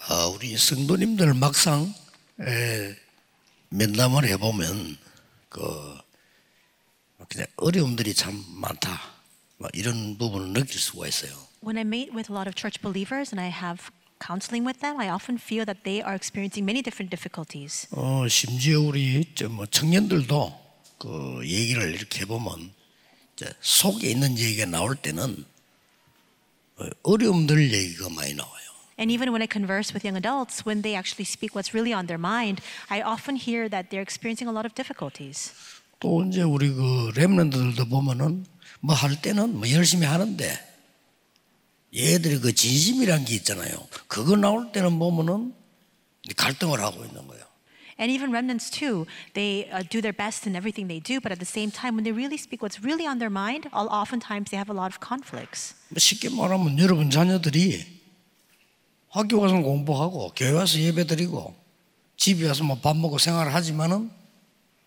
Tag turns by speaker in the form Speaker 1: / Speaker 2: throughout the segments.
Speaker 1: 아, 우리 성도님들 막상 에, 면담을 해보면 그 그냥 어려움들이 참 많다. 막 이런 부분을 느낄 수가 있어요.
Speaker 2: When I meet with a lot of church believers and I have counseling with them, I often feel that they are experiencing many different difficulties.
Speaker 1: 어, 심지어 우리 저뭐 청년들도 그 얘기를 이렇게 해보면 이제 속에 있는 얘기가 나올 때는 어, 어려움들 얘기가 많이 나와요.
Speaker 2: And even when I converse with young adults, when they actually speak what's really on their mind, I often hear that they're experiencing a lot of difficulties.
Speaker 1: 또 이제 우리 그 렘런드들도 보면은 뭐 할 때는 뭐 열심히 하는데 얘들이 그 진심이란 게 있잖아요. 그거 나올 때는 보면은 갈등을 하고 있는 거예요.
Speaker 2: And even remnants, too, they uh, do their best in everything they do, but at the same time, when they really speak what's really on their mind, all, oftentimes they have a lot of conflicts.
Speaker 1: 뭐 쉽게 말하면 여러분 자녀들이 학교 가서 공부하고 교회 와서 예배드리고 집에 와서 뭐 밥 먹고 생활하지만은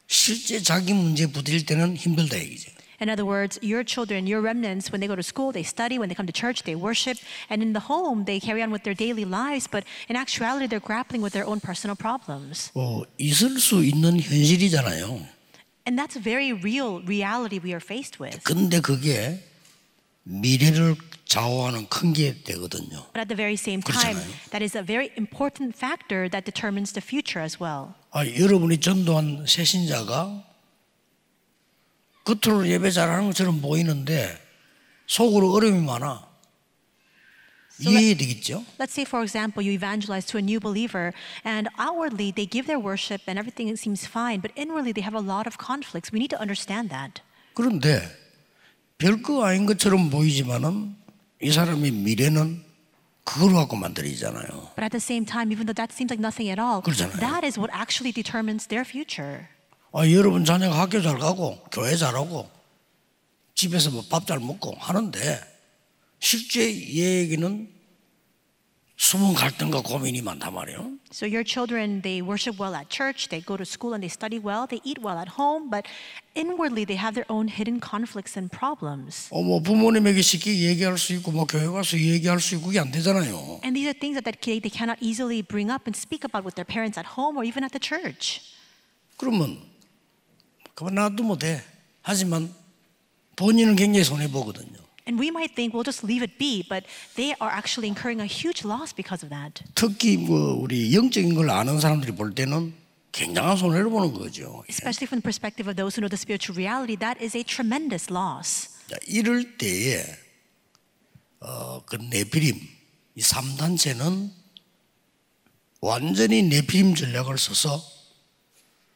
Speaker 1: 실제 자기 문제 부딪힐 때는 힘들다 얘기죠.
Speaker 2: In other words, your children, your remnants, when they go to school, they study, when they come to church, they worship, and in the home, they carry on with their daily lives, but in actuality, they're grappling with their own personal problems.
Speaker 1: 어, 있을 수 있는 현실이잖아요.
Speaker 2: And that's a very real reality we are faced with.
Speaker 1: 근데 그게 미래를 좌우하는 큰 게 되거든요.
Speaker 2: But at the very same time,
Speaker 1: 그렇잖아요.
Speaker 2: that is a very important factor that determines the future as well.
Speaker 1: 아, 여러분이 전도한 새신자가 겉으로 예배 잘하는 것처럼 보이는데 속으로 어려움이 많아. 이해되겠죠?
Speaker 2: Let's say, for example, you evangelize to a new believer, and outwardly they give their worship and everything seems fine, but inwardly they have a lot of conflicts. We need to understand that.
Speaker 1: 그런데 별거 아닌 것처럼 보이지만은 이 사람의 미래는 그걸 갖고 만들어지잖아요.
Speaker 2: But at the same time, even though that seems like nothing at all,
Speaker 1: 그렇잖아요.
Speaker 2: that is what actually determines their future.
Speaker 1: 아, 여러분 자녀가 학교 잘 가고 교회 잘하고 집에서 뭐 밥 잘 먹고 하는데 실제 얘기는 숨은 갈등과 고민이 많단 말이에요.
Speaker 2: So your children, they worship well at church, they go to school and they study well, they eat well at home, but inwardly they have their own hidden conflicts and problems.
Speaker 1: 어, 뭐 부모님에게 쉽게 얘기할 수 있고 뭐 교회 가서 얘기할 수 있고 그게 안 되잖아요.
Speaker 2: And these are things that, that they they cannot easily bring up and speak about with their parents at home or even at the church.
Speaker 1: 그러면 그만 놔두면 뭐 돼. 하지만 본인은 굉장히 손해 보거든요.
Speaker 2: And we might think we'll just leave it be, but they are actually incurring a huge loss because of that.
Speaker 1: 특히 뭐 우리 영적인 걸 아는 사람들이 볼 때는 굉장한 손해를 보는 거죠.
Speaker 2: Especially from the perspective of those who know the spiritual reality, that is a tremendous loss.
Speaker 1: 자, 이럴 때에 어, 그 네피림 이 3단체는 완전히 네피림 전략을 써서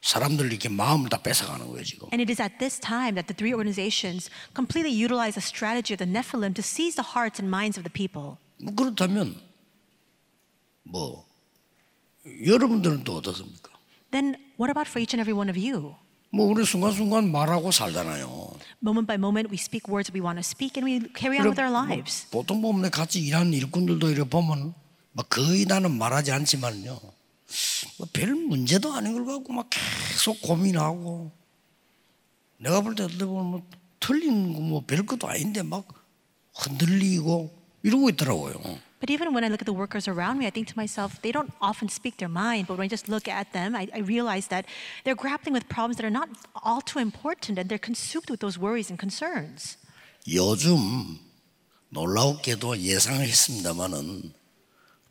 Speaker 1: 사람들 이렇게 마음을 다 뺏어가는 거예요 지금.
Speaker 2: And it is at this time that the three organizations completely utilize the strategy of the Nephilim to seize the hearts and minds of the people.
Speaker 1: 뭐 그렇다면 뭐 여러분들은 또 어떻습니까?
Speaker 2: Then what about for each and every one of you?
Speaker 1: 뭐 우리 순간순간 말하고 살잖아요.
Speaker 2: Moment by moment, we speak words we want to speak and we carry on with our lives.
Speaker 1: 뭐 보통 보면 같이 일하는 일꾼들도 이렇게 보면 막 거의 나는 말하지 않지만요. 뭐 별 문제도 아닌 걸 갖고 막 계속 고민하고 내가 볼 때 어떻게 보면 뭐 틀린 거뭐별 것도 아닌데 막 흔들리고 이러고 있더라고요.
Speaker 2: But even when I look at the workers around me, I think to myself, they don't often speak their mind. But when I just look at them, I, I realize that they're grappling with problems that are not all too important and they're consumed with those worries and concerns.
Speaker 1: 요즘 놀랍게도 예상을 했습니다마는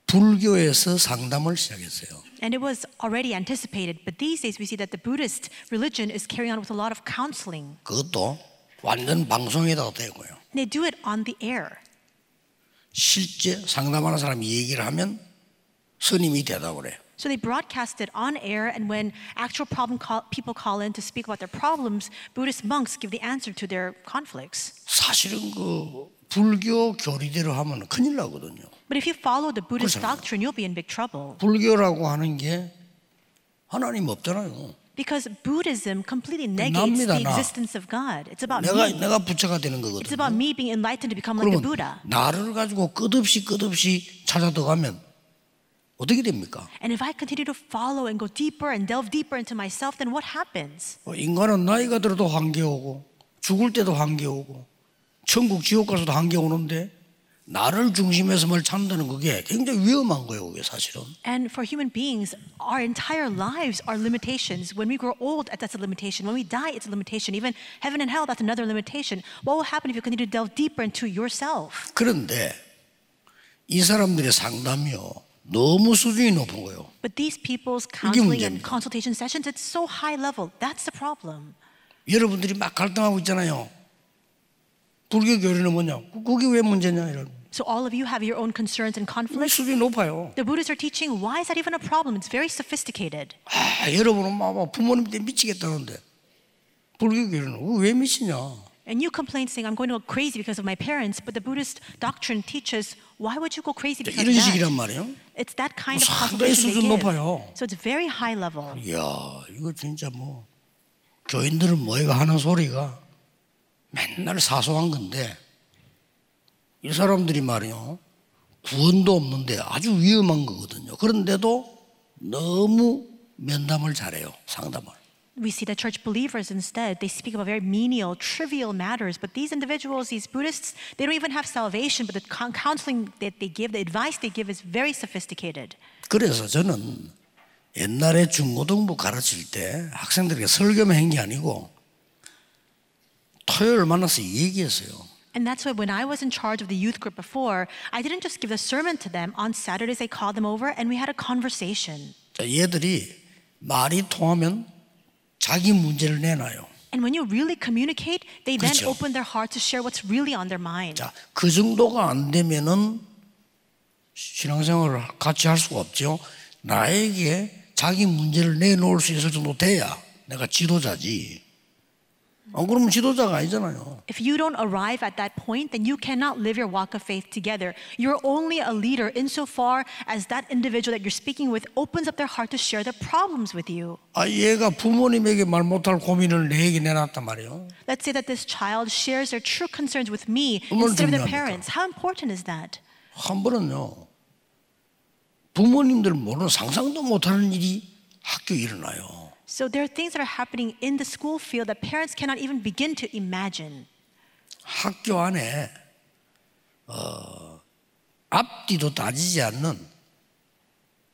Speaker 1: 불교에서 상담을 시작했어요.
Speaker 2: And it was already anticipated. But these days, we see that the Buddhist religion is carrying on with a lot of counseling.
Speaker 1: 그것도 완전 방송에다가 대고요.
Speaker 2: They do it on the air.
Speaker 1: 실제 상담하는 사람이 얘기를 하면 스님이 대답을 해요.
Speaker 2: So they broadcast it on air, and when actual problem call, people call in to speak about their problems, Buddhist monks give the answer to their conflicts.
Speaker 1: 사실은 그 불교 교리대로 하면 큰일 나거든요.
Speaker 2: But if you follow the Buddhist
Speaker 1: 그렇잖아요.
Speaker 2: doctrine, you'll be in big trouble.
Speaker 1: 불교라고 하는 게 하나님 없잖아요.
Speaker 2: Because Buddhism completely negates
Speaker 1: 납니다,
Speaker 2: the
Speaker 1: 나.
Speaker 2: existence of God. It's about
Speaker 1: 내가
Speaker 2: me.
Speaker 1: 내가 부처가 되는 거거든.
Speaker 2: It's about me being enlightened to become like
Speaker 1: 그러면
Speaker 2: the Buddha.
Speaker 1: 나를 가지고 끝없이 끝없이 찾아들어가면 어떻게 됩니까?
Speaker 2: And if I continue to follow and go deeper and delve deeper into myself, then what happens?
Speaker 1: 어, 인간은 나이가 들어도 한계 오고 죽을 때도 한계 오고 천국 지옥 가서도 한계 오는데 나를 중심에서 뭘 찾는다는 그게 굉장히 위험한 거예요, 그게 사실은.
Speaker 2: And for human beings, our entire lives are limitations. When we grow old, that's a limitation. When we die, it's a limitation. Even heaven and hell, that's another limitation. What will happen if you continue to delve deeper into yourself?
Speaker 1: 그런데 이 사람들의 상담이요. 너무 수준이 높은 거예요.
Speaker 2: But these people's counseling
Speaker 1: 문제입니다.
Speaker 2: and consultation sessions, it's so high level. That's the problem.
Speaker 1: 여러분들이 막 갈등하고 있잖아요. 불교 교리는 뭐냐? 그- 그게 왜 문제냐 이런.
Speaker 2: So all of you have your own concerns and conflicts.
Speaker 1: 수준이 높아요.
Speaker 2: The Buddhists are teaching, why is that even a problem? It's very sophisticated.
Speaker 1: 아, 여러분은 막, 막 부모님 때문에 미치겠다는데 불교 교리는 그거 왜 미치냐?
Speaker 2: And you complain saying, I'm going to go crazy because of my parents, but the Buddhist doctrine teaches, why would you go crazy because of
Speaker 1: 이런 식이란
Speaker 2: that?
Speaker 1: 말이에요.
Speaker 2: It's that kind of
Speaker 1: 상당히
Speaker 2: consultation they
Speaker 1: 수준
Speaker 2: give.
Speaker 1: 높아요.
Speaker 2: So it's very high level.
Speaker 1: 이야, 이거 진짜 뭐 교인들은 뭐가 하는 소리가 맨날 사소한 건데 이 사람들이 말이요 구원도 없는데 아주 위험한 거거든요. 그런데도 너무 면담을 잘해요, 상담을.
Speaker 2: We see that church believers instead, they speak about very menial, trivial matters, but these individuals, these Buddhists, they don't even have salvation, but the con- counseling that they give, the advice they give is very sophisticated.
Speaker 1: 그래서 저는 옛날에 중고등부 가르칠 때 학생들에게 설교만 한 게 아니고 토요일 만나서 얘기했어요.
Speaker 2: And that's why when I was in charge of the youth group before, I didn't just give the sermon to them. On Saturdays, I called them over and we had a conversation.
Speaker 1: 자, 얘들이 말이 통하면 자기 문제를 내놔요.
Speaker 2: And when you really communicate, they then
Speaker 1: 그렇죠.
Speaker 2: open their heart to share what's really on their mind.
Speaker 1: 자, 그 정도가 안 되면은 신앙생활을 같이 할 수가 없죠. 나에게 자기 문제를 내놓을 수 있을 정도 돼야 내가 지도자지. 안 그러면 지도자가 아니잖아요.
Speaker 2: If you don't arrive at that point, then you cannot live your walk of faith together. You're only a leader insofar as that individual that you're speaking with opens up their heart to share their problems with you.
Speaker 1: 아, 얘가 부모님에게 말 못할 고민을 내에게 내놨단 말이에요.
Speaker 2: Let's say that this child shares their true concerns with me
Speaker 1: 얼마나
Speaker 2: instead of their
Speaker 1: 중요합니까?
Speaker 2: parents. How important is that?
Speaker 1: 한 번은요. 부모님들 모르는 상상도 못하는 일이 학교에 일어나요.
Speaker 2: So there are things that are happening in the school field that parents cannot even begin to imagine.
Speaker 1: 학교 안에 어, 앞뒤도 따지지 않는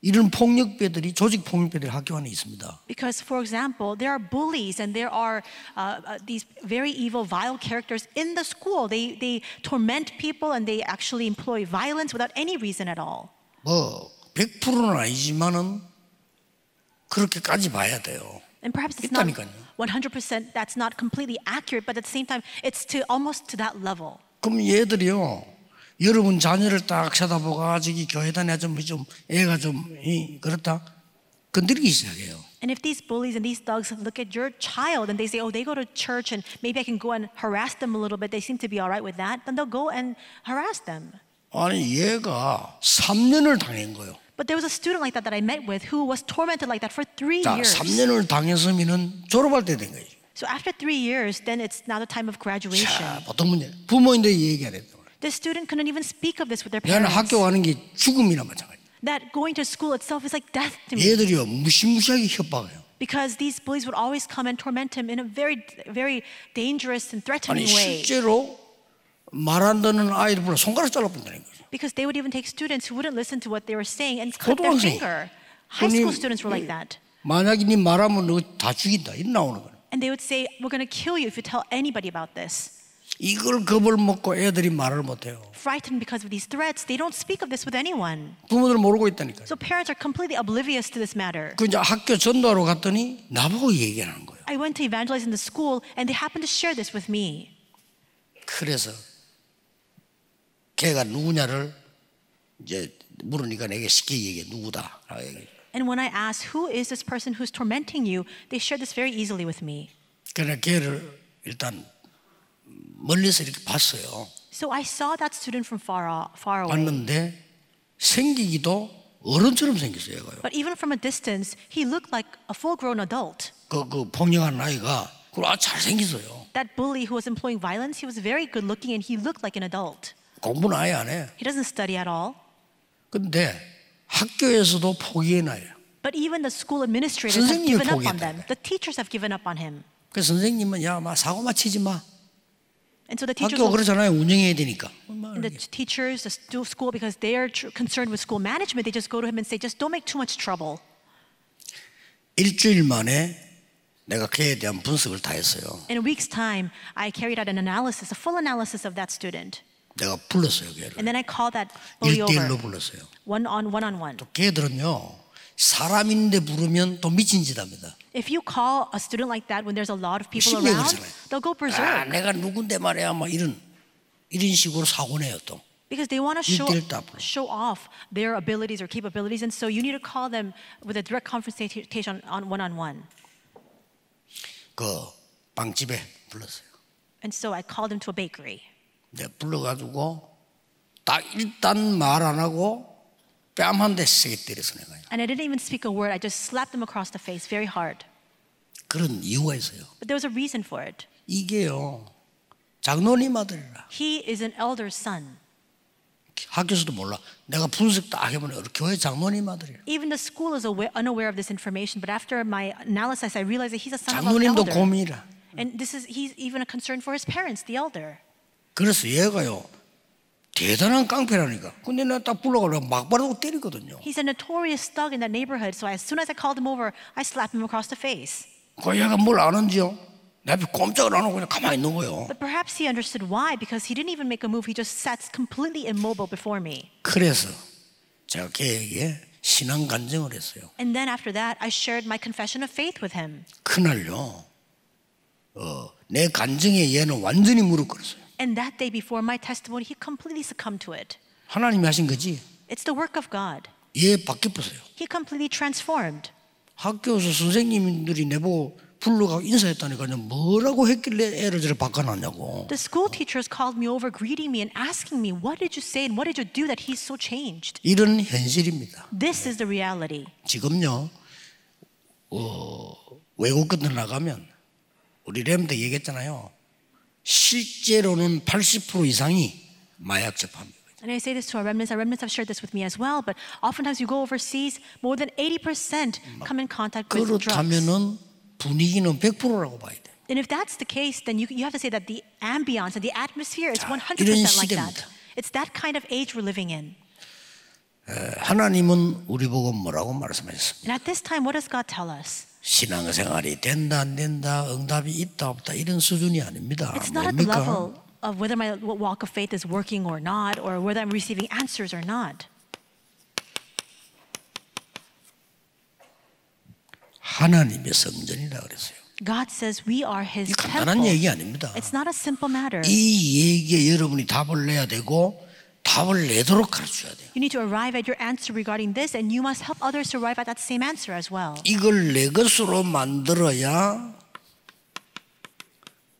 Speaker 1: 이런 폭력배들이 조직 폭력배들이 학교 안에 있습니다.
Speaker 2: Because, for example, there are bullies and there are uh, uh, these very evil, vile characters in the school. They, they torment people and they actually employ violence without any reason at all.
Speaker 1: 뭐 100%는 아니지만은 그렇게까지 봐야 돼요.
Speaker 2: And perhaps it's not
Speaker 1: 있다니까요.
Speaker 2: 100%, that's not completely accurate, but at the same time, it's to almost to that level.
Speaker 1: 그럼 얘들이요. 여러분 자녀를 딱 쳐다보고 아, 저기 교회 다녀 좀좀 애가 좀 이, 그렇다. 건드리기 시작해요.
Speaker 2: And if these bullies and these thugs look at your child and they say, oh, they go to church and maybe I can go and harass them a little bit, they seem to be all right with that, then they'll go and harass them.
Speaker 1: 아니 얘가 3년을 당한 거예요.
Speaker 2: But there was a student like that that I met with who was tormented like that for three
Speaker 1: 자,
Speaker 2: years.
Speaker 1: 3년을 당했으면은 졸업할 때 된 거예요.
Speaker 2: So after three years, then it's now the time of graduation.
Speaker 1: 자, 보통 문제. 부모인데 얘기 안 했던 거예요.
Speaker 2: The student couldn't even speak of this with their
Speaker 1: 얘는
Speaker 2: parents.
Speaker 1: 학교 가는 게 죽음이나 마찬가지.
Speaker 2: That going to school itself is like death to me
Speaker 1: 얘들이요 무시무시하게 협박해요.
Speaker 2: because these bullies would always come and torment him in a very, very dangerous
Speaker 1: 아니
Speaker 2: and threatening way.
Speaker 1: 실제로 말 안 듣는 아이들보다 손가락 잘라본다는 거죠.
Speaker 2: Because they would even take students who wouldn't listen to what they were saying and cut their
Speaker 1: 고등학생.
Speaker 2: finger. High
Speaker 1: 손님-
Speaker 2: school students were like that.
Speaker 1: 만약에 네 말하면 너 다 죽인다. 이런 나오는 거예요.
Speaker 2: And they would say, We're going to kill you if you tell anybody about this.
Speaker 1: 이걸 겁을 먹고 애들이 말을 못해요.
Speaker 2: Frightened because of these threats, they don't speak of this with anyone.
Speaker 1: 부모들 모르고 있다니까요.
Speaker 2: So parents are completely oblivious to this matter.
Speaker 1: 그 이제 학교 전도하러 갔더니 나보고 얘기하는 거예요.
Speaker 2: I went to evangelize in the school, and they happened to share this with me.
Speaker 1: 그래서 걔가 누구냐를 이제 물으니까 내게 쉽게 얘기해 누구다. 라고 얘기해.
Speaker 2: And when I asked, Who is this person who's tormenting you? they shared this very easily with me.
Speaker 1: 그래서 걔를 일단 멀리서 이렇게 봤어요.
Speaker 2: So I saw that student from far, off, far away.
Speaker 1: 봤는데 생기기도 어른처럼 생겼어요. 얘가요.
Speaker 2: But even from a distance, he looked like a full grown adult.
Speaker 1: 그, 그 폭력한 아이가 그걸 아, 잘생겼어요.
Speaker 2: That bully who was employing violence, he was very good looking and he looked like an adult.
Speaker 1: 공부는 아예 안 해.
Speaker 2: He doesn't study at all.
Speaker 1: 근데 학교에서도 포기해 놔요.
Speaker 2: But even the school administrators have
Speaker 1: 선생님이
Speaker 2: given up on
Speaker 1: 포기했다는
Speaker 2: them. The teachers have given up on him.
Speaker 1: 그 선생님은 야, 막 사고만 치지 마.
Speaker 2: And so the teachers
Speaker 1: 학교
Speaker 2: will
Speaker 1: 그러잖아요. 운영해야 되니까. 뭐
Speaker 2: and the teachers, the stu- school, because they are tr- concerned with school management, they just go to him and say, just don't make too much trouble.
Speaker 1: 일주일 만에 내가 걔에 대한 분석을 다 했어요.
Speaker 2: In a week's time, I carried out an analysis, a full analysis of that student.
Speaker 1: 내가 불렀어요, 걔를.
Speaker 2: And then I called that bully over.
Speaker 1: 1대1로 불렀어요.
Speaker 2: One on one on one.
Speaker 1: 걔들은요, 사람인데 부르면 또 미친 짓 합니다.
Speaker 2: If you call a student like that when there's a lot of people
Speaker 1: 신경을
Speaker 2: around,
Speaker 1: 쓰네.
Speaker 2: they'll go
Speaker 1: 아,
Speaker 2: berserk
Speaker 1: 내가 누군데 말이야. 막 이런, 이런 식으로 사고 내요, 또.
Speaker 2: because they want to show,
Speaker 1: 일대일 다 불러.
Speaker 2: show off their abilities or capabilities. And so you need to call them with a direct confrontation on one on one.
Speaker 1: 그 빵집에 불렀어요.
Speaker 2: And so I called him to a bakery.
Speaker 1: 내가 불러가지고 딱 일단 말 안 하고 뺨 한 대 세게 때려서 내가
Speaker 2: And I didn't even speak a word, I just slapped him across the face very hard.
Speaker 1: 그런 이유가 있어요.
Speaker 2: But there was a reason for it.
Speaker 1: 이게요. 장로님 아들이라
Speaker 2: He is an elder's son.
Speaker 1: 학교에서도 몰라. 내가 분석 딱 해보니 어, 교회 장로님 아들이라.
Speaker 2: Even the school is aware, unaware of this information, but after my analysis, I realized that he's a son of an
Speaker 1: 장로님도
Speaker 2: elder.
Speaker 1: 고민이라.
Speaker 2: And this is, he's even a concern for his parents, the elder.
Speaker 1: 그래서 얘가요 대단한 깡패라니까. 근데 내가 딱 불러가지고 막바로 때리거든요.
Speaker 2: He's a notorious thug in that neighborhood, so as soon as I called him over, I slapped him across the face.
Speaker 1: 그 얘가 뭘 아는지요? 내 앞에 꼼짝을 안 하고 그냥 가만히 있는 거예요.
Speaker 2: But perhaps he understood why, because he didn't even make a move, he just sat completely immobile before me.
Speaker 1: 그래서 제가 걔에게 신앙 간증을 했어요.
Speaker 2: And then after that, I shared my confession of faith with him.
Speaker 1: 그날요. 어, 내 간증에 얘는 완전히 무릎 꿇었어요.
Speaker 2: And that day before my testimony, he completely succumbed to it.
Speaker 1: 하나님이 하신 거지.
Speaker 2: It's the work of God.
Speaker 1: 얘 바뀌었어요.
Speaker 2: He completely transformed.
Speaker 1: 학교에서 선생님들이 내보고 불러가 인사했다니까 요 뭐라고 했길래 애를 저를 바꿔놨냐고.
Speaker 2: The school teachers called me over, greeting me and asking me, What did you say and what did you do that he's so changed?
Speaker 1: 이런 현실입니다.
Speaker 2: This is the reality.
Speaker 1: 지금요. 어, 외국 끝으로 나가면 우리 램도 얘기했잖아요. 실제로는 80% 이상이 마약 접합니다.
Speaker 2: And I say this to our remnants. Our remnants have shared this with me as well. But oftentimes you go overseas, more than 80% come in contact with drugs.
Speaker 1: 그렇다면은 분위기는 100%라고 봐야 돼.
Speaker 2: And if that's the case, then you, you have to say that the ambiance and the atmosphere is
Speaker 1: 자,
Speaker 2: 100% like
Speaker 1: 이런 시대입니다.
Speaker 2: that. It's that kind of age we're living in.
Speaker 1: 하나님은 우리 보고 뭐라고 말씀하셨습니까?
Speaker 2: And at this time, what does God tell us?
Speaker 1: 신앙생활이 된다 안 된다 응답이 있다 없다 이런 수준이 아닙니다.
Speaker 2: It's not at the
Speaker 1: 뭡니까?
Speaker 2: level of whether my walk of faith is working or not, or whether I'm receiving answers or not.
Speaker 1: 하나님의 성전이라 그랬어요.
Speaker 2: God says we are His
Speaker 1: 이 간단한
Speaker 2: temple.
Speaker 1: 얘기 아닙니다.
Speaker 2: It's not a simple matter.
Speaker 1: 이 얘기에 여러분이 답을 내야 되고 답을 내도록 가르쳐야 돼요.
Speaker 2: You need to arrive at your answer regarding this, and you must help others to arrive at that same answer as well.
Speaker 1: 이걸 내 것으로 만들어야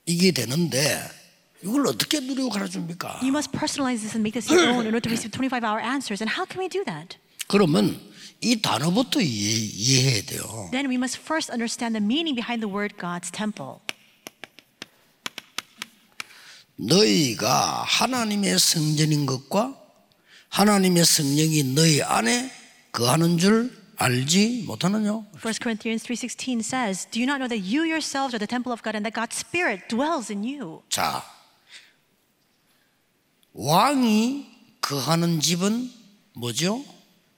Speaker 1: 이게 되는데 이걸 어떻게 누리고 가르칩니까?
Speaker 2: You must personalize this and make this your own in order to receive 25 hour answers. And how can we do that?
Speaker 1: 그러면 이 단어부터 이해, 이해해야 돼요.
Speaker 2: Then we must first understand the meaning behind the word God's temple.
Speaker 1: 너희가 하나님의 성전인 것과 하나님의 성령이 너희 안에 거하는 줄 알지 못하느냐?
Speaker 2: 1 Corinthians 3:16 says, "Do you not know that you yourselves are the temple of God and that God's spirit dwells in you?"
Speaker 1: 자, 왕이 거하는 집은 뭐죠?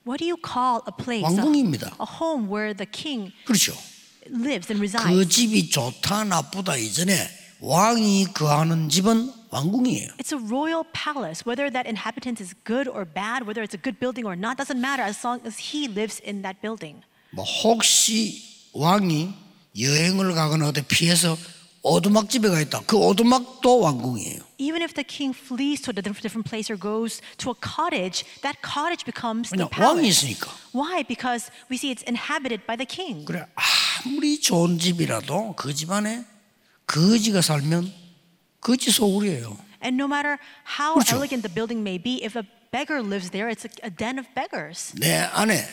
Speaker 2: What do you call a place,
Speaker 1: 왕궁입니다.
Speaker 2: a, a home where the king
Speaker 1: 그렇죠.
Speaker 2: lives and resides?
Speaker 1: 그 집이 좋다 나쁘다 이전에 왕이 거하는 집은 왕궁이에요.
Speaker 2: It's a royal palace. Whether that inhabitant is good or bad, whether it's a good building or not, doesn't matter as long as he lives in that building.
Speaker 1: 뭐 혹시 왕이 여행을 가거나 어디 피해서 오두막 집에 가 있다. 그 오두막도 왕궁이에요.
Speaker 2: Even if the king flees to a diff- different place or goes to a cottage, that cottage becomes the
Speaker 1: 왜냐 왕이
Speaker 2: palace.
Speaker 1: 있으니까.
Speaker 2: Why? Because we see it's inhabited by the king.
Speaker 1: 그래 아무리 좋은 집이라도 그 집안에 거지가 살면 거지 소굴이에요.
Speaker 2: And no matter how
Speaker 1: 그렇죠.
Speaker 2: elegant the building may be, if a beggar lives there, it's a, a den of beggars.
Speaker 1: 내 안에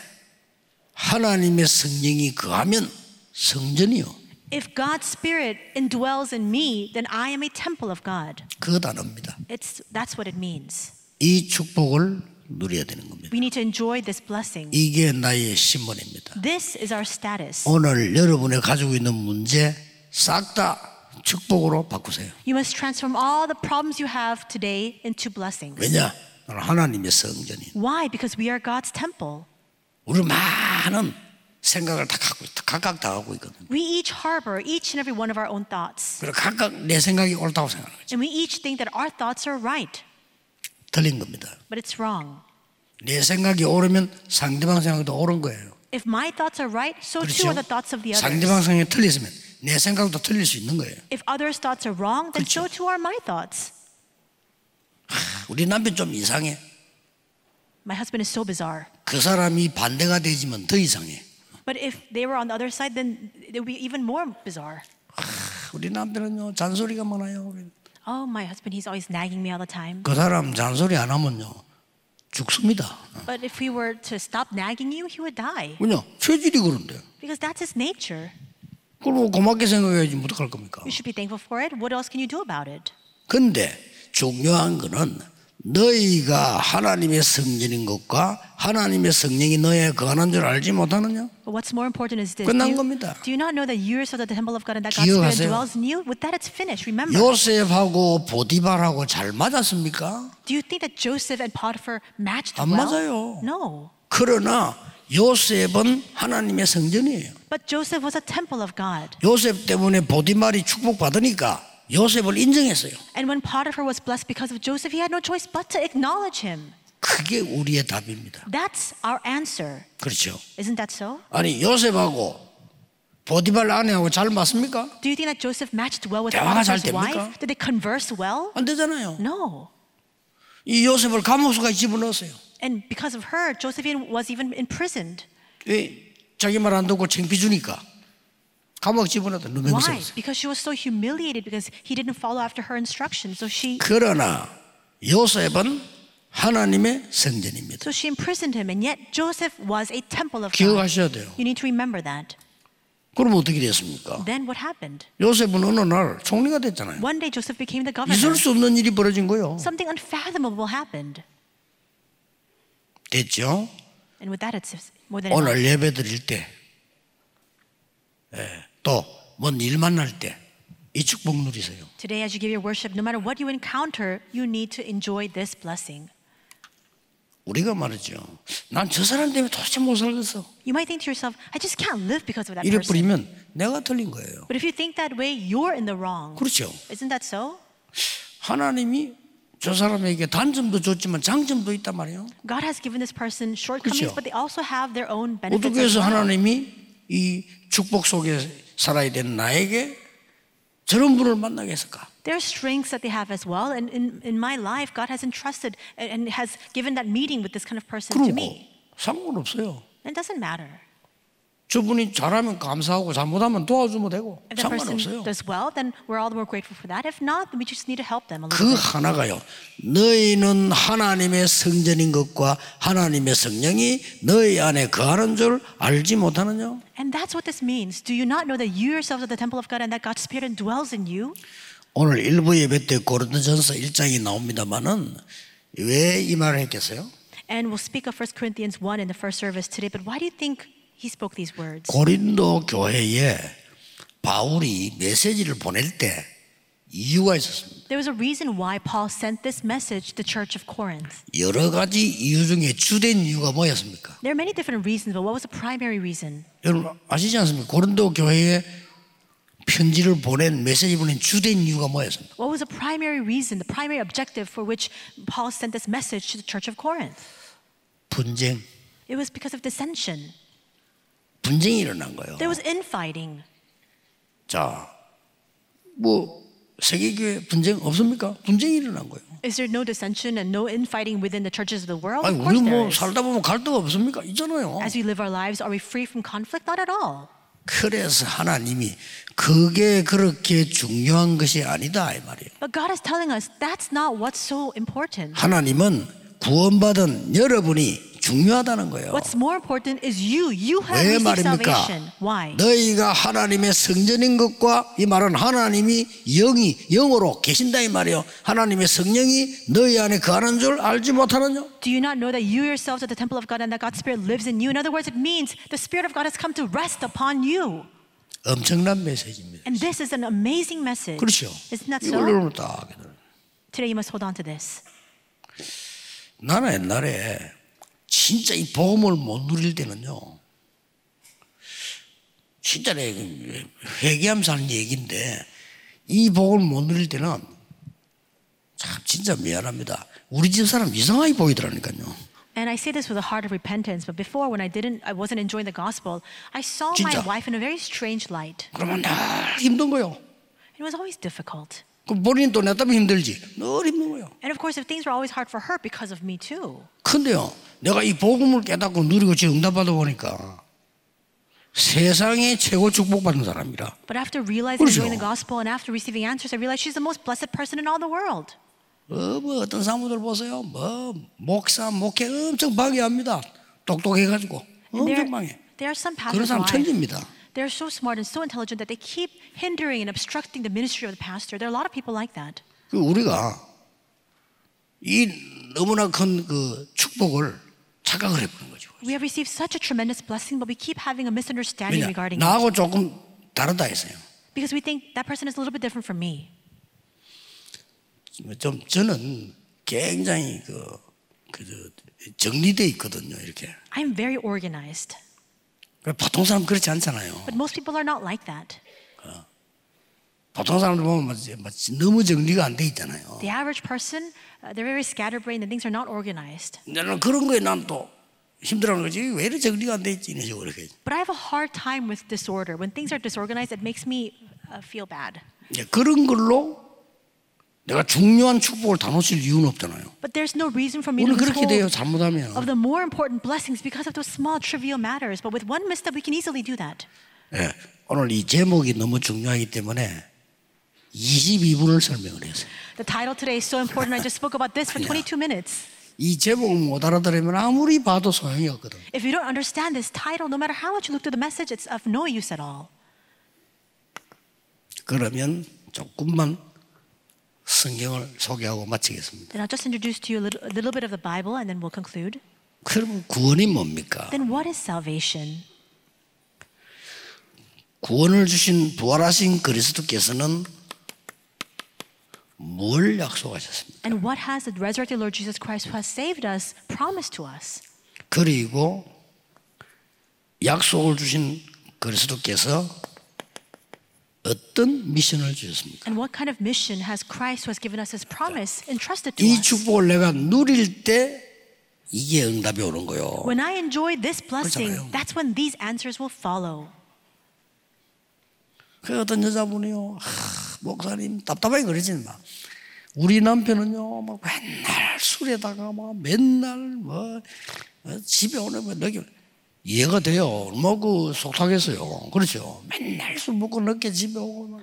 Speaker 1: 하나님의 성령이 거하면 성전이요.
Speaker 2: If God's spirit indwells in me, then I am a temple of God.
Speaker 1: 그 단어입니다.
Speaker 2: It's that's what it means.
Speaker 1: 이 축복을 누려야 되는 겁니다.
Speaker 2: We need to enjoy this blessing.
Speaker 1: 이게 나의 신분입니다.
Speaker 2: This is our status.
Speaker 1: 오늘 여러분이 가지고 있는 문제 싹 다 축복으로 바꾸세요.
Speaker 2: You must transform all the problems you have today into blessings.
Speaker 1: 왜냐? 나는 하나님의 성전이.
Speaker 2: Why? Because we are God's temple.
Speaker 1: 우리 많은 생각을 다 갖고 있- 각각 다 갖고 있거든.
Speaker 2: We each harbor each and every one of our own thoughts.
Speaker 1: 그래서 각각 내 생각이 옳다고 생각하는 거죠.
Speaker 2: And we each think that our thoughts are right,
Speaker 1: 틀린 겁니다.
Speaker 2: but it's wrong.
Speaker 1: 내 생각이 옳으면 상대방 생각도 옳은 거예요.
Speaker 2: If my thoughts are right, so
Speaker 1: 그렇죠?
Speaker 2: too are the thoughts of the
Speaker 1: 상대방
Speaker 2: others.
Speaker 1: 생각이 틀렸으면 내 생각도 틀릴 수 있는 거예요.
Speaker 2: If others' thoughts are wrong, then so
Speaker 1: 그렇죠.
Speaker 2: too are my thoughts.
Speaker 1: 우리 남편 좀 이상해.
Speaker 2: My husband is so bizarre.
Speaker 1: 그 사람이 반대가 되지면 더 이상해.
Speaker 2: But if they were on the other side, then it would be even more bizarre.
Speaker 1: 우리 남편은요 잔소리가 많아요.
Speaker 2: Oh, my husband, he's always nagging me all the time.
Speaker 1: 그 사람 잔소리 안 하면요 죽습니다.
Speaker 2: But if he were to stop nagging you, he would die.
Speaker 1: 왜냐 체질이 그런데.
Speaker 2: Because that's his nature.
Speaker 1: 그리고 고맙게 생각해야지 못 어떡할 겁니까?
Speaker 2: You should be thankful for it. What else can you do about it?
Speaker 1: 근데 중요한 거는 너희가 하나님의 성전인 것과 하나님의 성령이 너희에 거하는 줄 알지 못하느냐?
Speaker 2: But what's more important is this. Do
Speaker 1: 끝난
Speaker 2: you,
Speaker 1: 겁니다.
Speaker 2: do you not know that you are so the temple of God and that God's Spirit
Speaker 1: 기억하세요.
Speaker 2: dwells in you? With that, it's finished. Remember.
Speaker 1: 요셉하고 보디발하고 잘 맞았습니까?
Speaker 2: Do you think that Joseph and Potiphar matched
Speaker 1: 안
Speaker 2: well?
Speaker 1: 맞아요.
Speaker 2: No.
Speaker 1: 그러나 요셉은 하나님의 성전이에요.
Speaker 2: But Joseph was a temple of God.
Speaker 1: 요셉 때문에 보디발이 축복받으니까 요셉을 인정했어요.
Speaker 2: And when Potiphar was blessed because of Joseph, he had no choice but to acknowledge him.
Speaker 1: 그게 우리의 답입니다.
Speaker 2: That's our answer.
Speaker 1: 그렇죠.
Speaker 2: Isn't that so?
Speaker 1: 아니 요셉하고 보디발 아내하고 잘 맞습니까?
Speaker 2: Do you think that Joseph matched well with
Speaker 1: 대화가 잘
Speaker 2: Potiphar's wife?
Speaker 1: 됩니까?
Speaker 2: Did they converse well?
Speaker 1: 안 되잖아요.
Speaker 2: No.
Speaker 1: 이 요셉을 감옥수까지 집어넣었어요.
Speaker 2: And because of her, Josephine was even imprisoned.
Speaker 1: 왜 자기 말 안 듣고 창피 주니까 감옥 집어넣었다 누명을
Speaker 2: Why?
Speaker 1: 어요
Speaker 2: Because she was so humiliated because he didn't follow after her instructions. So she
Speaker 1: 그러나 요셉은 하나님의 성전입니다.
Speaker 2: so she imprisoned him and yet Joseph was a temple of God.
Speaker 1: 기억하셔야 돼요.
Speaker 2: You need to remember that.
Speaker 1: 그럼 어떻게 됐습니까?
Speaker 2: Then what happened?
Speaker 1: 요셉은 어느 날 총리가 됐잖아요.
Speaker 2: One day Joseph became the governor.
Speaker 1: 있을 수 없는 일이 벌어진 거예요.
Speaker 2: Something unfathomable happened.
Speaker 1: 됐죠?
Speaker 2: And with that it's more than enough.
Speaker 1: 오늘 예배 드릴 때, 예, 또 뭔 일 만날 때, 이 축복 누리세요.
Speaker 2: Today as you give your worship, no matter what you encounter, you need to enjoy this blessing.
Speaker 1: 우리가 말이죠. 난 저 사람 때문에 도대체 못 살겠어.
Speaker 2: You might think to yourself, I just can't live because of that
Speaker 1: 이래
Speaker 2: person.
Speaker 1: 뿌리면 내가 틀린 거예요.
Speaker 2: But if you think that way, you're in the wrong.
Speaker 1: 그렇죠.
Speaker 2: Isn't that so?
Speaker 1: 하나님이 저 사람에게 단점도 줬지만 장점도 있단 말이에요.
Speaker 2: God has given this person shortcomings,
Speaker 1: 그렇죠.
Speaker 2: but they also have their own benefits.
Speaker 1: 어떻게
Speaker 2: as
Speaker 1: 해서
Speaker 2: well.
Speaker 1: 하나님이 이 축복 속에 살아야 되는 나에게 저런 분을 만나게 했을까?
Speaker 2: There are strengths that they have as well. And in, in my life, God has entrusted and- and has given that meeting with this kind of person to
Speaker 1: 그러고 뭐
Speaker 2: me.
Speaker 1: 상관없어요.
Speaker 2: And it doesn't matter.
Speaker 1: 저분이 잘하면 감사하고 잘못하면 도와주면 되고
Speaker 2: If that person
Speaker 1: 상관없어요.
Speaker 2: does well, then we're all the more grateful for that. If not, then we just need to help them a little
Speaker 1: 그
Speaker 2: bit.
Speaker 1: 하나가요. 너희는 하나님의 성전인 것과 하나님의 성령이 너희 안에 거하는 줄 알지 못하느냐?
Speaker 2: And that's what this means. Do you not know that you yourselves are the temple of God and that God's Spirit dwells in you?
Speaker 1: 오늘 일부 예배 때 고린도전서 1장이 나옵니다만은 왜 이 말을 했겠어요?
Speaker 2: And we'll speak of 1 Corinthians 1 in the first service today, but why do you think he spoke these words?
Speaker 1: 고린도 교회에 바울이 메시지를 보낼 때 이유가 있었습니다.
Speaker 2: There was a reason why Paul sent this message to the church of Corinth.
Speaker 1: 여러 가지 이유 중에 주된 이유가 뭐였습니까?
Speaker 2: There are many different reasons, but what was the primary reason?
Speaker 1: 여러분 아시지 않습니까? 고린도 교회에 편지를 보낸 메시지 보낸 주된 이유가 뭐였습니까?
Speaker 2: What was the primary reason, the primary objective for which Paul sent this message to the church of Corinth?
Speaker 1: 분쟁,
Speaker 2: It was because of dissension.
Speaker 1: 분쟁이 일어난 거예요.
Speaker 2: There was infighting.
Speaker 1: 자, 뭐 세계교회 분쟁 없습니까? 분쟁이 일어난 거예요.
Speaker 2: Is there no dissension and no infighting within the churches of the world?
Speaker 1: 아니
Speaker 2: of course
Speaker 1: 우리
Speaker 2: there
Speaker 1: 뭐
Speaker 2: is.
Speaker 1: 살다 보면 갈등 없습니까? 있잖아요.
Speaker 2: As we live our lives, are we free from conflict? Not at all.
Speaker 1: 그래서 하나님이 그게 그렇게 중요한 것이 아니다 이 말이에요.
Speaker 2: But God is telling us that's not what's so important.
Speaker 1: 하나님은 구원받은 여러분이 중요하다는 거예요.
Speaker 2: What's more important is you. You have
Speaker 1: 왜
Speaker 2: received
Speaker 1: 말입니까?
Speaker 2: salvation. Why?
Speaker 1: 너희가 하나님의 성전인 것과 이 말은 하나님이 영이 영으로 계신다 이 말이에요. 하나님의 성령이 너희 안에 거하는 줄 알지 못하느냐?
Speaker 2: Do you not know that you yourselves are the temple of God and that God's Spirit lives in you? In other words, it means the Spirit of God has come to rest upon you.
Speaker 1: 엄청난 메시지입니다.
Speaker 2: And this is an amazing message.
Speaker 1: 그렇죠.
Speaker 2: Isn't that
Speaker 1: 이걸
Speaker 2: so?
Speaker 1: 여러분 딱 하게 돼요.
Speaker 2: Today you must hold on to this.
Speaker 1: 나는 옛날에 진짜 이 복음을 못 누릴 때는요. 진짜 내가 그 회개하면서 하는 얘기인데 이 복음을 못 누릴 때는 참 진짜 미안합니다. 우리 집 사람 이상하게 보이더라니까요.
Speaker 2: And I say this with a heart of repentance, but before when I didn't I wasn't enjoying the gospel, I saw my
Speaker 1: 진짜.
Speaker 2: wife in a very strange light.
Speaker 1: 그러면 늘 힘든 거요.
Speaker 2: It was always difficult.
Speaker 1: 그럼 본인 또내 때문에 힘들지. 늘 힘든 거요.
Speaker 2: And of course, if things were always hard for her because of me too.
Speaker 1: 근데요, 내가 이 복음을 깨닫고 누리고 지금 응답받아 보니까 세상의 최고 축복받은 사람이라.
Speaker 2: But after realizing and
Speaker 1: 그렇죠.
Speaker 2: doing the gospel and after receiving answers, I realized she's the most blessed person in all the world.
Speaker 1: 어, 뭐 어떤 사람들 보세요. 뭐 목사, 목회 엄청 방해합니다. 똑똑해가지고
Speaker 2: And there,
Speaker 1: 엄청 방해.
Speaker 2: there are some
Speaker 1: 그런
Speaker 2: pastors'
Speaker 1: 사람
Speaker 2: wives.
Speaker 1: 천지입니다.
Speaker 2: They're so smart and so intelligent that they keep hindering and obstructing the ministry of the pastor. There are a lot of people like that.
Speaker 1: 그 우리가 이 너무나 큰 그 축복을 착각을 해보는 거죠.
Speaker 2: We have received such a tremendous blessing, but we keep having a misunderstanding
Speaker 1: 왜냐?
Speaker 2: regarding it
Speaker 1: 나하고 조금 다르다 했어요.
Speaker 2: because we think that person is a little bit different from me.
Speaker 1: 좀 저는 굉장히 그, 그 저, 정리돼 있거든요. 이렇게.
Speaker 2: I'm very organized,
Speaker 1: 그래, 보통 사람 그렇지 않잖아요.
Speaker 2: but most people are not like that.
Speaker 1: 보통 사람들 보면 막 이제 막 너무 정리가 안 돼 있잖아요.
Speaker 2: The average person, uh, they're very scatterbrained and things are not organized.
Speaker 1: 근데 나는 그런 거에 난 또 힘들어하는 거지. 왜 이렇게 정리가 안 돼 있지? 이런 식으로 이렇게.
Speaker 2: But I have a hard time with disorder. When things are disorganized, it makes me uh, feel bad.
Speaker 1: 이제 그런 걸로 내가 중요한 축복을 다 놓칠 이유는 없잖아요.
Speaker 2: But there's no reason for me to
Speaker 1: 오늘
Speaker 2: lose
Speaker 1: 그렇게 돼요.
Speaker 2: hold
Speaker 1: 잘못하면.
Speaker 2: of the more important blessings because of those small trivial matters. But with one misstep, we can easily do that.
Speaker 1: 예, 오늘 이 제목이 너무 중요하기 때문에 22분을 설명을 했어요.
Speaker 2: The title today is so important. I just spoke about this for 22 minutes.
Speaker 1: 이 제목을 못 알아들으면 아무리 봐도 소용이 없거든.
Speaker 2: If you don't understand this title, no matter how much you look through the message, it's of no use at all.
Speaker 1: 그러면 조금만 성경을 소개하고 마치겠습니다.
Speaker 2: Then I'll just introduce to you a little, a little bit of the Bible and then we'll conclude.
Speaker 1: 그럼 구원이 뭡니까?
Speaker 2: Then, what is salvation?
Speaker 1: 구원을 주신 부활하신 그리스도께서는 뭘 약속하셨습니까?
Speaker 2: And what has the resurrected Lord Jesus Christ, who has saved us, promised to us?
Speaker 1: 그리고 약속을 주신 그리스도께서 어떤 미션을 주셨습니까?
Speaker 2: And what kind of mission has Christ, who has given us his promise, entrusted to
Speaker 1: 이
Speaker 2: us?
Speaker 1: 축복을 내가 누릴 때 이게 응답이 오는 거요.
Speaker 2: When I enjoy this blessing,
Speaker 1: 그렇잖아요.
Speaker 2: that's when these answers will follow.
Speaker 1: 그 어떤 여자분이요, 하, 목사님 답답하게 그러지 마. 우리 남편은요, 막 맨날 술에다가 막 맨날 뭐 어, 집에 오는 뭐 늦게 이해가 돼요. 얼마 그 속상했어요. 그렇죠. 맨날 술 먹고 늦게 집에 오고 막.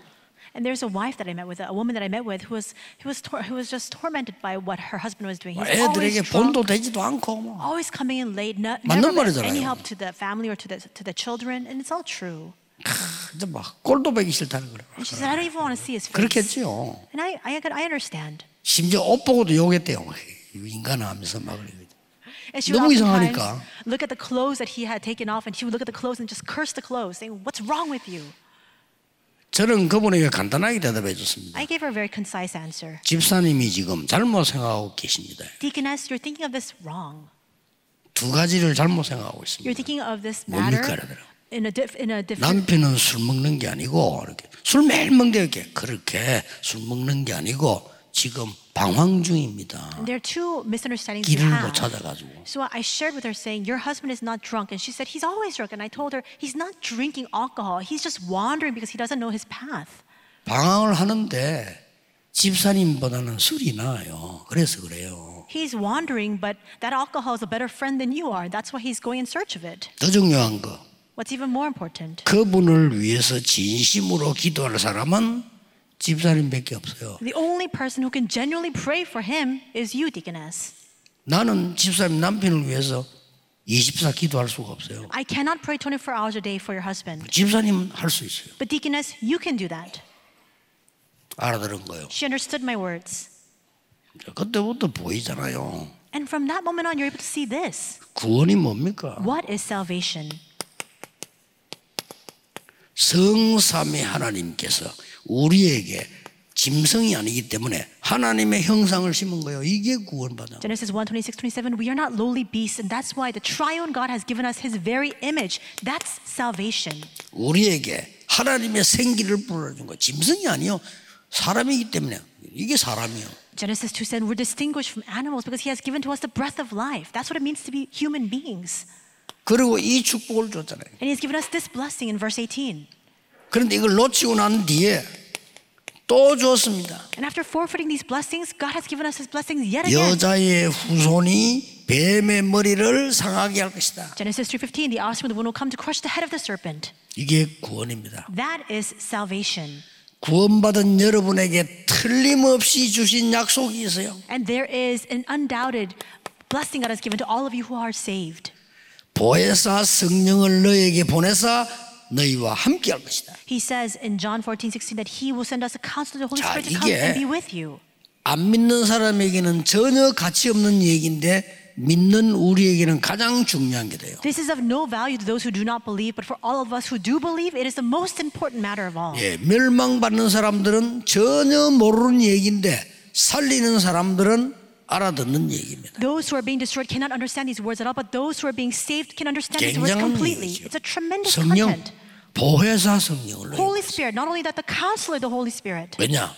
Speaker 2: And there's a wife that I met with, a woman that I met with, who was, who was, tor- who was just tormented by what her husband was doing. He
Speaker 1: 막
Speaker 2: was always
Speaker 1: 애들에게 본도
Speaker 2: drunk,
Speaker 1: 되지도 않고 막.
Speaker 2: always coming in late, no,
Speaker 1: 맞는
Speaker 2: never lent
Speaker 1: 말이잖아요.
Speaker 2: any help to the family or to the, to the children. And it's all true.
Speaker 1: 이제 막 꼴도 보기 싫다는 거예요.
Speaker 2: And she said, I don't even want to see his face.
Speaker 1: 그렇겠지요.
Speaker 2: And I, I, I understand.
Speaker 1: 심지어 옷 보고도 욕했대요. 인간아 하면서 막 그러거든요.
Speaker 2: And she would
Speaker 1: 너무
Speaker 2: oftentimes
Speaker 1: 이상하니까.
Speaker 2: look at the clothes that he had taken off, and she would look at the clothes and just curse the clothes, saying, "What's wrong with you?"
Speaker 1: 저는 그분에게 간단하게 대답해 줬습니다.
Speaker 2: I gave her a very concise answer.
Speaker 1: 집사님이 지금 잘못 생각하고 계십니다.
Speaker 2: Deaconess, you're thinking of this wrong.
Speaker 1: 두 가지를 잘못 생각하고
Speaker 2: You're
Speaker 1: 있습니다.
Speaker 2: thinking of this
Speaker 1: 뭡니까,
Speaker 2: matter
Speaker 1: 그러더라.
Speaker 2: in a diff, in a different.
Speaker 1: 남편은 술 먹는 게 아니고 이렇게 술 매일 먹는데 이렇게 그렇게 술 먹는 게 아니고 지금 방황 중입니다.
Speaker 2: There are two misunderstandings you
Speaker 1: 길을 못
Speaker 2: have.
Speaker 1: 찾아가지고
Speaker 2: So I shared with her saying, "Your husband is not drunk," and she said, "He's always drunk." And I told her, "He's not drinking alcohol. He's just wandering because he doesn't know his path."
Speaker 1: 방황을 하는데 집사님보다는 술이 나아요. 그래서 그래요.
Speaker 2: He's wandering, but that alcohol is a better friend than you are. That's why he's going in search of it.
Speaker 1: 더 중요한 거
Speaker 2: What's even more important?
Speaker 1: 그분을 위해서 진심으로 기도할 사람은 집사님밖에 없어요.
Speaker 2: The only person who can genuinely pray for him is you, deaconess.
Speaker 1: 나는 집사님 남편을 위해서 24 기도할 수가 없어요.
Speaker 2: I cannot pray 24 hours a day for your husband.
Speaker 1: 집사님은 할 수 있어요.
Speaker 2: But, deaconess, you can do that.
Speaker 1: 알아들은 거예요.
Speaker 2: She understood my words.
Speaker 1: 그때부터 보이잖아요.
Speaker 2: And from that moment on, you're able to see this.
Speaker 1: 구원이 뭡니까?
Speaker 2: What is salvation?
Speaker 1: 성삼위 하나님께서 우리에게 짐승이 아니기 때문에 하나님의 형상을 심은 거예요. 이게 구원받아.
Speaker 2: Genesis 1 26, 27, we are not lowly beasts, and that's why the triune God has given us his very image. That's salvation.
Speaker 1: 우리에게 하나님의 생기를 불어준 거. 짐승이 아니요. 사람이기 때문에 이게 사람이요.
Speaker 2: Genesis 2 said, we're distinguished from animals because he has given to us the breath of life. That's what it means to be human beings.
Speaker 1: 그리고 이 축복을 줬잖아요.
Speaker 2: And he has given us this blessing in verse 18.
Speaker 1: 그런데 이걸 놓치고 난 뒤에 또 줬습니다.
Speaker 2: And after forfeiting these blessings, God has given us his blessings yet again.
Speaker 1: 여자의 후손이 뱀의 머리를 상하게 할 것이다.
Speaker 2: Genesis 3:15, the offspring of the woman will come to crush the head of the serpent.
Speaker 1: 이게 구원입니다.
Speaker 2: That is salvation.
Speaker 1: 구원받은 여러분에게 틀림없이 주신 약속이 있어요.
Speaker 2: And there is an undoubted blessing God has given to all of you who are saved.
Speaker 1: 보혜사 성령을 너에게 보내사 너희와 함께 할 것이다.
Speaker 2: He says in John 14:16 that he will send us a counselor, the Holy
Speaker 1: 자,
Speaker 2: Spirit, to come
Speaker 1: 이게-
Speaker 2: and be with you.
Speaker 1: 안 믿는 사람에게는 전혀 가치 없는 얘기인데 믿는 우리에게는 가장 중요한 게 돼요.
Speaker 2: This is of no value to those who do not believe, but for all of us who do believe, it is the most important matter of all.
Speaker 1: 예, 멸망받는 사람들은 전혀 모르는 얘기인데 살리는 사람들은 알아듣는 얘기입니다.
Speaker 2: Those who are being destroyed cannot understand these words at all, but those who are being saved can understand these words
Speaker 1: 굉장한
Speaker 2: completely.
Speaker 1: 얘기죠.
Speaker 2: It's a tremendous
Speaker 1: 성령,
Speaker 2: content.
Speaker 1: 보혜사 성령을 너에게
Speaker 2: Holy Spirit, not only that, the counselor, the Holy Spirit.
Speaker 1: 왜냐?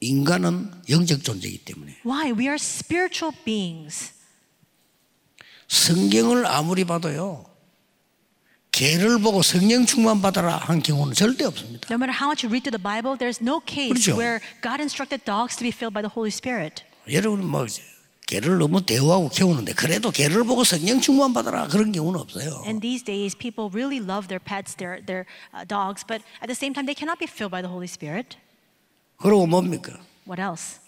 Speaker 1: 인간은 영적 존재이기 때문에
Speaker 2: Why? We are spiritual beings.
Speaker 1: 성경을 아무리 봐도요. 개를 보고 성령 충만 받아라 한 경우는 절대 없습니다.
Speaker 2: No matter how much you read through the Bible, there's no case
Speaker 1: 그렇죠.
Speaker 2: where God instructed dogs to be filled by the Holy Spirit.
Speaker 1: 여러분 뭐 개를 너무 대우하고 키우는데 그래도 개를 보고 성령 충만 받아라 그런 경우는 없어요.
Speaker 2: And these days, people really love their pets, their, their uh, dogs, but at the same time, they cannot be filled by the Holy Spirit.
Speaker 1: 그러고 뭡니까?
Speaker 2: What else?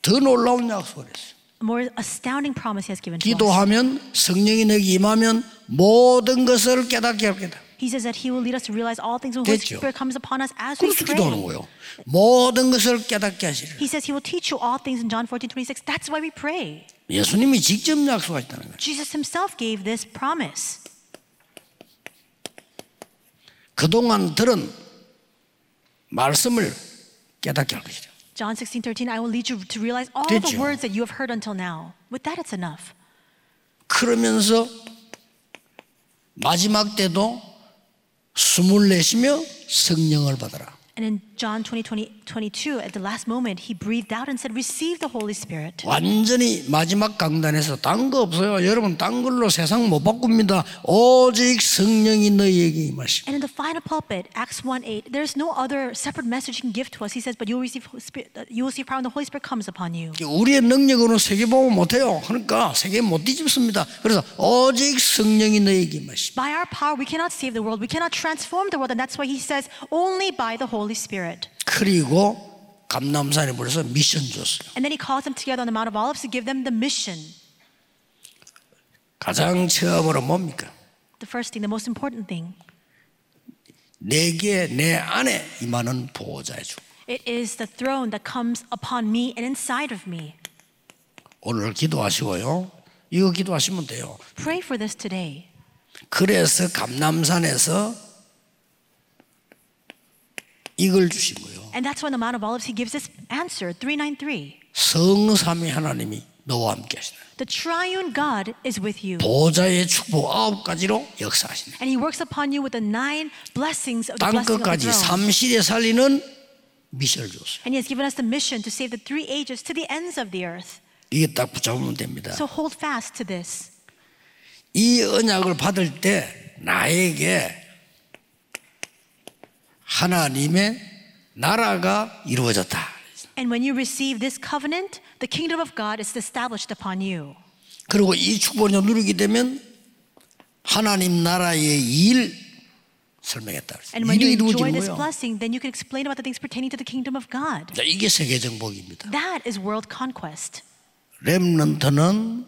Speaker 1: 더 놀라운 약속을 했어요.
Speaker 2: A more astounding promise he has given to us.
Speaker 1: 기도하면 성령이 너에게 임하면 모든 것을 깨닫게 할 거다.
Speaker 2: He says that he will lead us to realize all things when the Holy
Speaker 1: 됐죠.
Speaker 2: Spirit comes upon us as we
Speaker 1: 그래서 기도하는
Speaker 2: pray.
Speaker 1: 거예요. 모든 것을 깨닫게 하시리라.
Speaker 2: He says he will teach you all things in John 14, 26. That's why we pray.
Speaker 1: 예수님이 직접 약속하셨다는 거예요.
Speaker 2: Jesus himself gave this promise.
Speaker 1: 그동안 들은 말씀을 깨닫게 할 것이다.
Speaker 2: John 16, 13, I will lead you to realize all
Speaker 1: 됐죠.
Speaker 2: the words that you have heard until now. With that, it's enough.
Speaker 1: 그러면서 마지막 때도 숨을 내쉬며 성령을 받아라.
Speaker 2: And in John 20, 20, 22, at the last moment, he breathed out and said, Receive the Holy Spirit.
Speaker 1: 완전히 마지막 강단에서 딴 거 없어요. 여러분 딴 걸로 세상 못 바꿉니다. 오직 성령이 너희에게 임하시고
Speaker 2: And in the final pulpit, Acts 1 8, there's no other separate message you can give to us. He says, But you'll receive, Holy Spirit, uh, you will receive power when the Holy Spirit comes upon you.
Speaker 1: 우리의 능력으로 세계 보고 못해요. 그러니까 세계 못 뒤집습니다. 그래서 오직 성령이 너희에게 임하시고
Speaker 2: By our power, we cannot save the world. We cannot transform the world. And that's why he says, Only by the Holy Spirit.
Speaker 1: 그리고 감남산에 불러서 미션 줬어요.
Speaker 2: And then he calls them together on the Mount of Olives to give them the mission.
Speaker 1: 가장 처음으로 뭡니까?
Speaker 2: The first thing, the most important thing,
Speaker 1: 내게 내 안에 임하는 보호자의 주.
Speaker 2: it is the throne that comes upon me and inside of me.
Speaker 1: 오늘 기도하시고요. 이거 기도하시면 돼요.
Speaker 2: Pray for this today.
Speaker 1: 그래서 감남산에서 이걸 주신 거예요.
Speaker 2: And that's when the Mount of Olives, he gives this answer 393.
Speaker 1: 성삼위 하나님이 너와 함께 하시네.
Speaker 2: The triune God is with you.
Speaker 1: 보호자의 축복 아홉 가지로 역사하시네.
Speaker 2: And he works upon you with the nine blessings of the
Speaker 1: 땅
Speaker 2: blessing of the
Speaker 1: 끝까지
Speaker 2: throne.
Speaker 1: 삼시대 살리는 미션을 줬어요.
Speaker 2: And he has given us the mission to save the three ages to the ends of the earth.
Speaker 1: 이게 딱 붙잡으면 됩니다.
Speaker 2: So hold fast to this.
Speaker 1: 이 언약을 받을 때 나에게 하나님의 나라가 이루어졌다.
Speaker 2: And when you receive this covenant, the kingdom of God is established upon you.
Speaker 1: 그리고 이 축복을 누리게 되면 하나님 나라의 일 설명했다. 그랬어요.
Speaker 2: And when you
Speaker 1: 일이
Speaker 2: enjoy
Speaker 1: 이루어지는
Speaker 2: this
Speaker 1: 거예요.
Speaker 2: blessing, then you can explain about the things pertaining to the kingdom of God.
Speaker 1: 자, 이게 세계 정복입니다.
Speaker 2: That is world conquest.
Speaker 1: 렘넌트는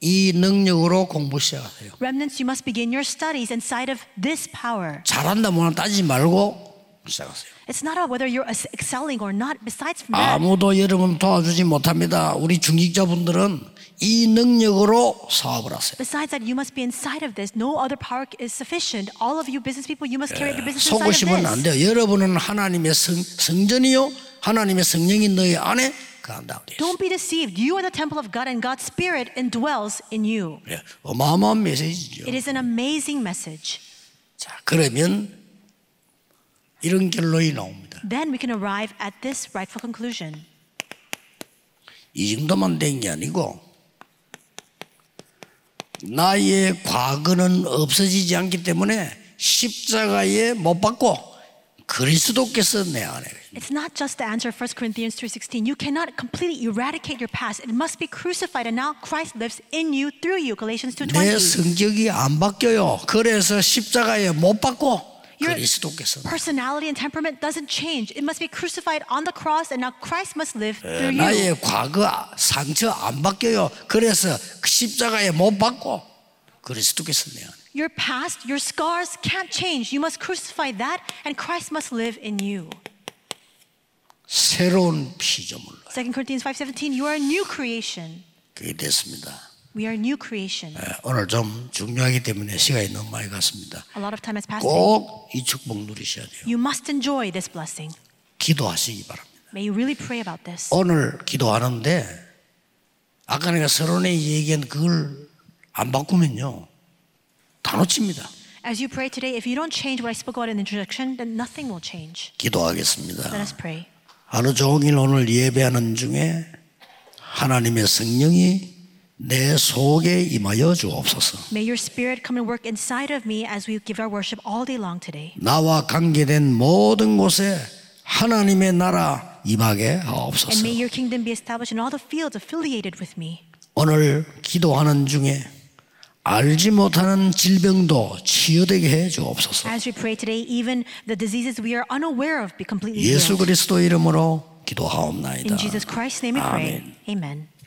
Speaker 1: 이 능력으로 공부 시작하세요.
Speaker 2: Remnants, you must begin your studies inside of this power.
Speaker 1: 잘한다 뭐나 따지지 말고 시작하세요.
Speaker 2: It's not about whether you're ex- 네.
Speaker 1: Ah,
Speaker 2: excelling or not. Besides from that,
Speaker 1: 아무도 여러분 도와주지 못합니다. 우리 중직자분들은 이 능력으로 사업을 하세요.
Speaker 2: Besides that, you must be inside of this. No other power is sufficient. All of you business people, you must carry out your business
Speaker 1: 속으시면
Speaker 2: inside
Speaker 1: 안
Speaker 2: of
Speaker 1: 돼요.
Speaker 2: this.
Speaker 1: 여러분은 하나님의 성, 성전이요, 하나님의 성령이 너희 안에 그한다고 돼요.
Speaker 2: Don't be deceived. You are the temple of God, and God's Spirit indwells in you.
Speaker 1: 예, 어마어마한 메시지죠.
Speaker 2: It is an amazing message.
Speaker 1: 자, 그러면 이런 결론이 나옵니다.
Speaker 2: Then we can arrive at this rightful conclusion.
Speaker 1: 이 정도만 된 게 아니고 나의 과거는 없어지지 않기 때문에 십자가에 못 박고 그리스도께서 내 안에
Speaker 2: It's not just the answer of 1 Corinthians 3.16. You cannot completely eradicate your past. It must be crucified, and now Christ lives in you, through you, Galatians
Speaker 1: 내
Speaker 2: 2.20.
Speaker 1: 성격이 안 바뀌어요. 그래서 십자가에 못 박고
Speaker 2: Your
Speaker 1: 그리스도께서
Speaker 2: personality and temperament doesn't change. It must be crucified on the cross, and now Christ must live through you.
Speaker 1: 나의 과거 상처 안 바뀌어요. 그래서 그 십자가에 못 박고 그리스도께서 내 안에
Speaker 2: Your past, your scars can't change. You must crucify that, and Christ must live in you.
Speaker 1: 새로운 피조물로
Speaker 2: 2 Corinthians 5.17, you are a new creation.
Speaker 1: 그게 됐습니다.
Speaker 2: We are a new creation.
Speaker 1: 예, 오늘 좀 중요하기 때문에 시간이 너무 많이 갔습니다.
Speaker 2: A lot of time has passed.
Speaker 1: 꼭 이 축복 누리셔야 돼요.
Speaker 2: You must enjoy this blessing.
Speaker 1: 기도하시기 바랍니다.
Speaker 2: May you really pray about this.
Speaker 1: 오늘 기도하는데 아까 내가 서론에 얘기한 그걸 안 바꾸면요 다 놓칩니다.
Speaker 2: As you pray today, if you don't change what I spoke about in the introduction, then nothing will change. Let
Speaker 1: 기도하겠습니다.
Speaker 2: us pray.
Speaker 1: 하루 종일 오늘 예배하는 중에 하나님의 성령이 내 속에 임하여 주옵소서.
Speaker 2: May your spirit come and work inside of me as we give our worship all day long today.
Speaker 1: 나와 관계된 모든 곳에 하나님의 나라 임하게
Speaker 2: And
Speaker 1: 하옵소서.
Speaker 2: may your kingdom be established in all the fields affiliated with me.
Speaker 1: 오늘 기도하는 중에 알지 못하는 질병도 치유되게 해 주옵소서.
Speaker 2: As we pray today, even the diseases we are unaware of be completely
Speaker 1: 예수
Speaker 2: healed.
Speaker 1: 그리스도 이름으로
Speaker 2: In
Speaker 1: 기도하옵나이다.
Speaker 2: Jesus Christ's name we pray. Amen.